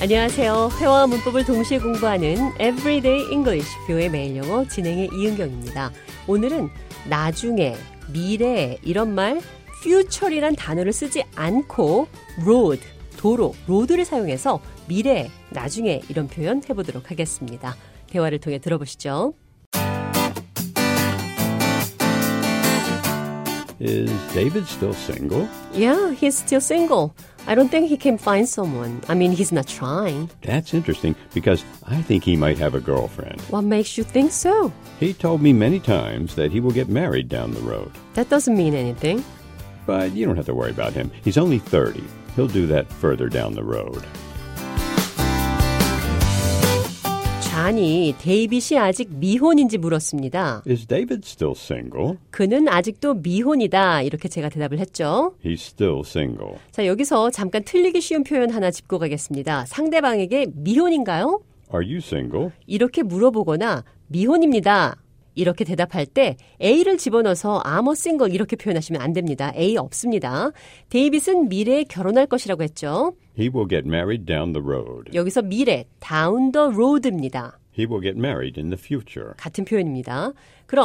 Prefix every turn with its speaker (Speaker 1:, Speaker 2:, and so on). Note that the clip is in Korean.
Speaker 1: 안녕하세요. 회화와 문법을 동시에 공부하는 Everyday English 교의 매일 영어 진행의 이은경입니다. 오늘은 나중에, 미래에 이런 말 future이란 단어를 쓰지 않고 road, 도로, 로드를 사용해서 미래, 나중에 이런 표현 해보도록 하겠습니다. 대화를 통해 들어보시죠.
Speaker 2: Is David still single?
Speaker 1: Yeah, he's still single. I don't think he can find someone. I mean, he's not trying.
Speaker 2: That's interesting because I think he might have a girlfriend.
Speaker 1: What makes you think so?
Speaker 2: He told me many times that he will get married down the road.
Speaker 1: That doesn't mean anything.
Speaker 2: But you don't have to worry about him. He's only 30. He'll do that further down the road.
Speaker 1: 잔이 데이빗이 아직 미혼인지 물었습니다.
Speaker 2: Is David still single?
Speaker 1: 그는 아직도 미혼이다. 이렇게 제가 대답을 했죠.
Speaker 2: He's still single.
Speaker 1: 자, 여기서 잠깐 틀리기 쉬운 표현 하나 짚고 가겠습니다. 상대방에게 미혼인가요?
Speaker 2: Are you single?
Speaker 1: 이렇게 물어보거나 미혼입니다. 이렇게 대답할 때 A를 집어넣어서 아머 싱글 이렇게 표현하시면 안 됩니다. A 없습니다. 데이빗은 미래에 결혼할 것이라고 했죠.
Speaker 2: He will get married down the road.
Speaker 1: 여기서 미래, down the road입니다.
Speaker 2: He will get married in the future.
Speaker 1: 같은 표현입니다. 그럼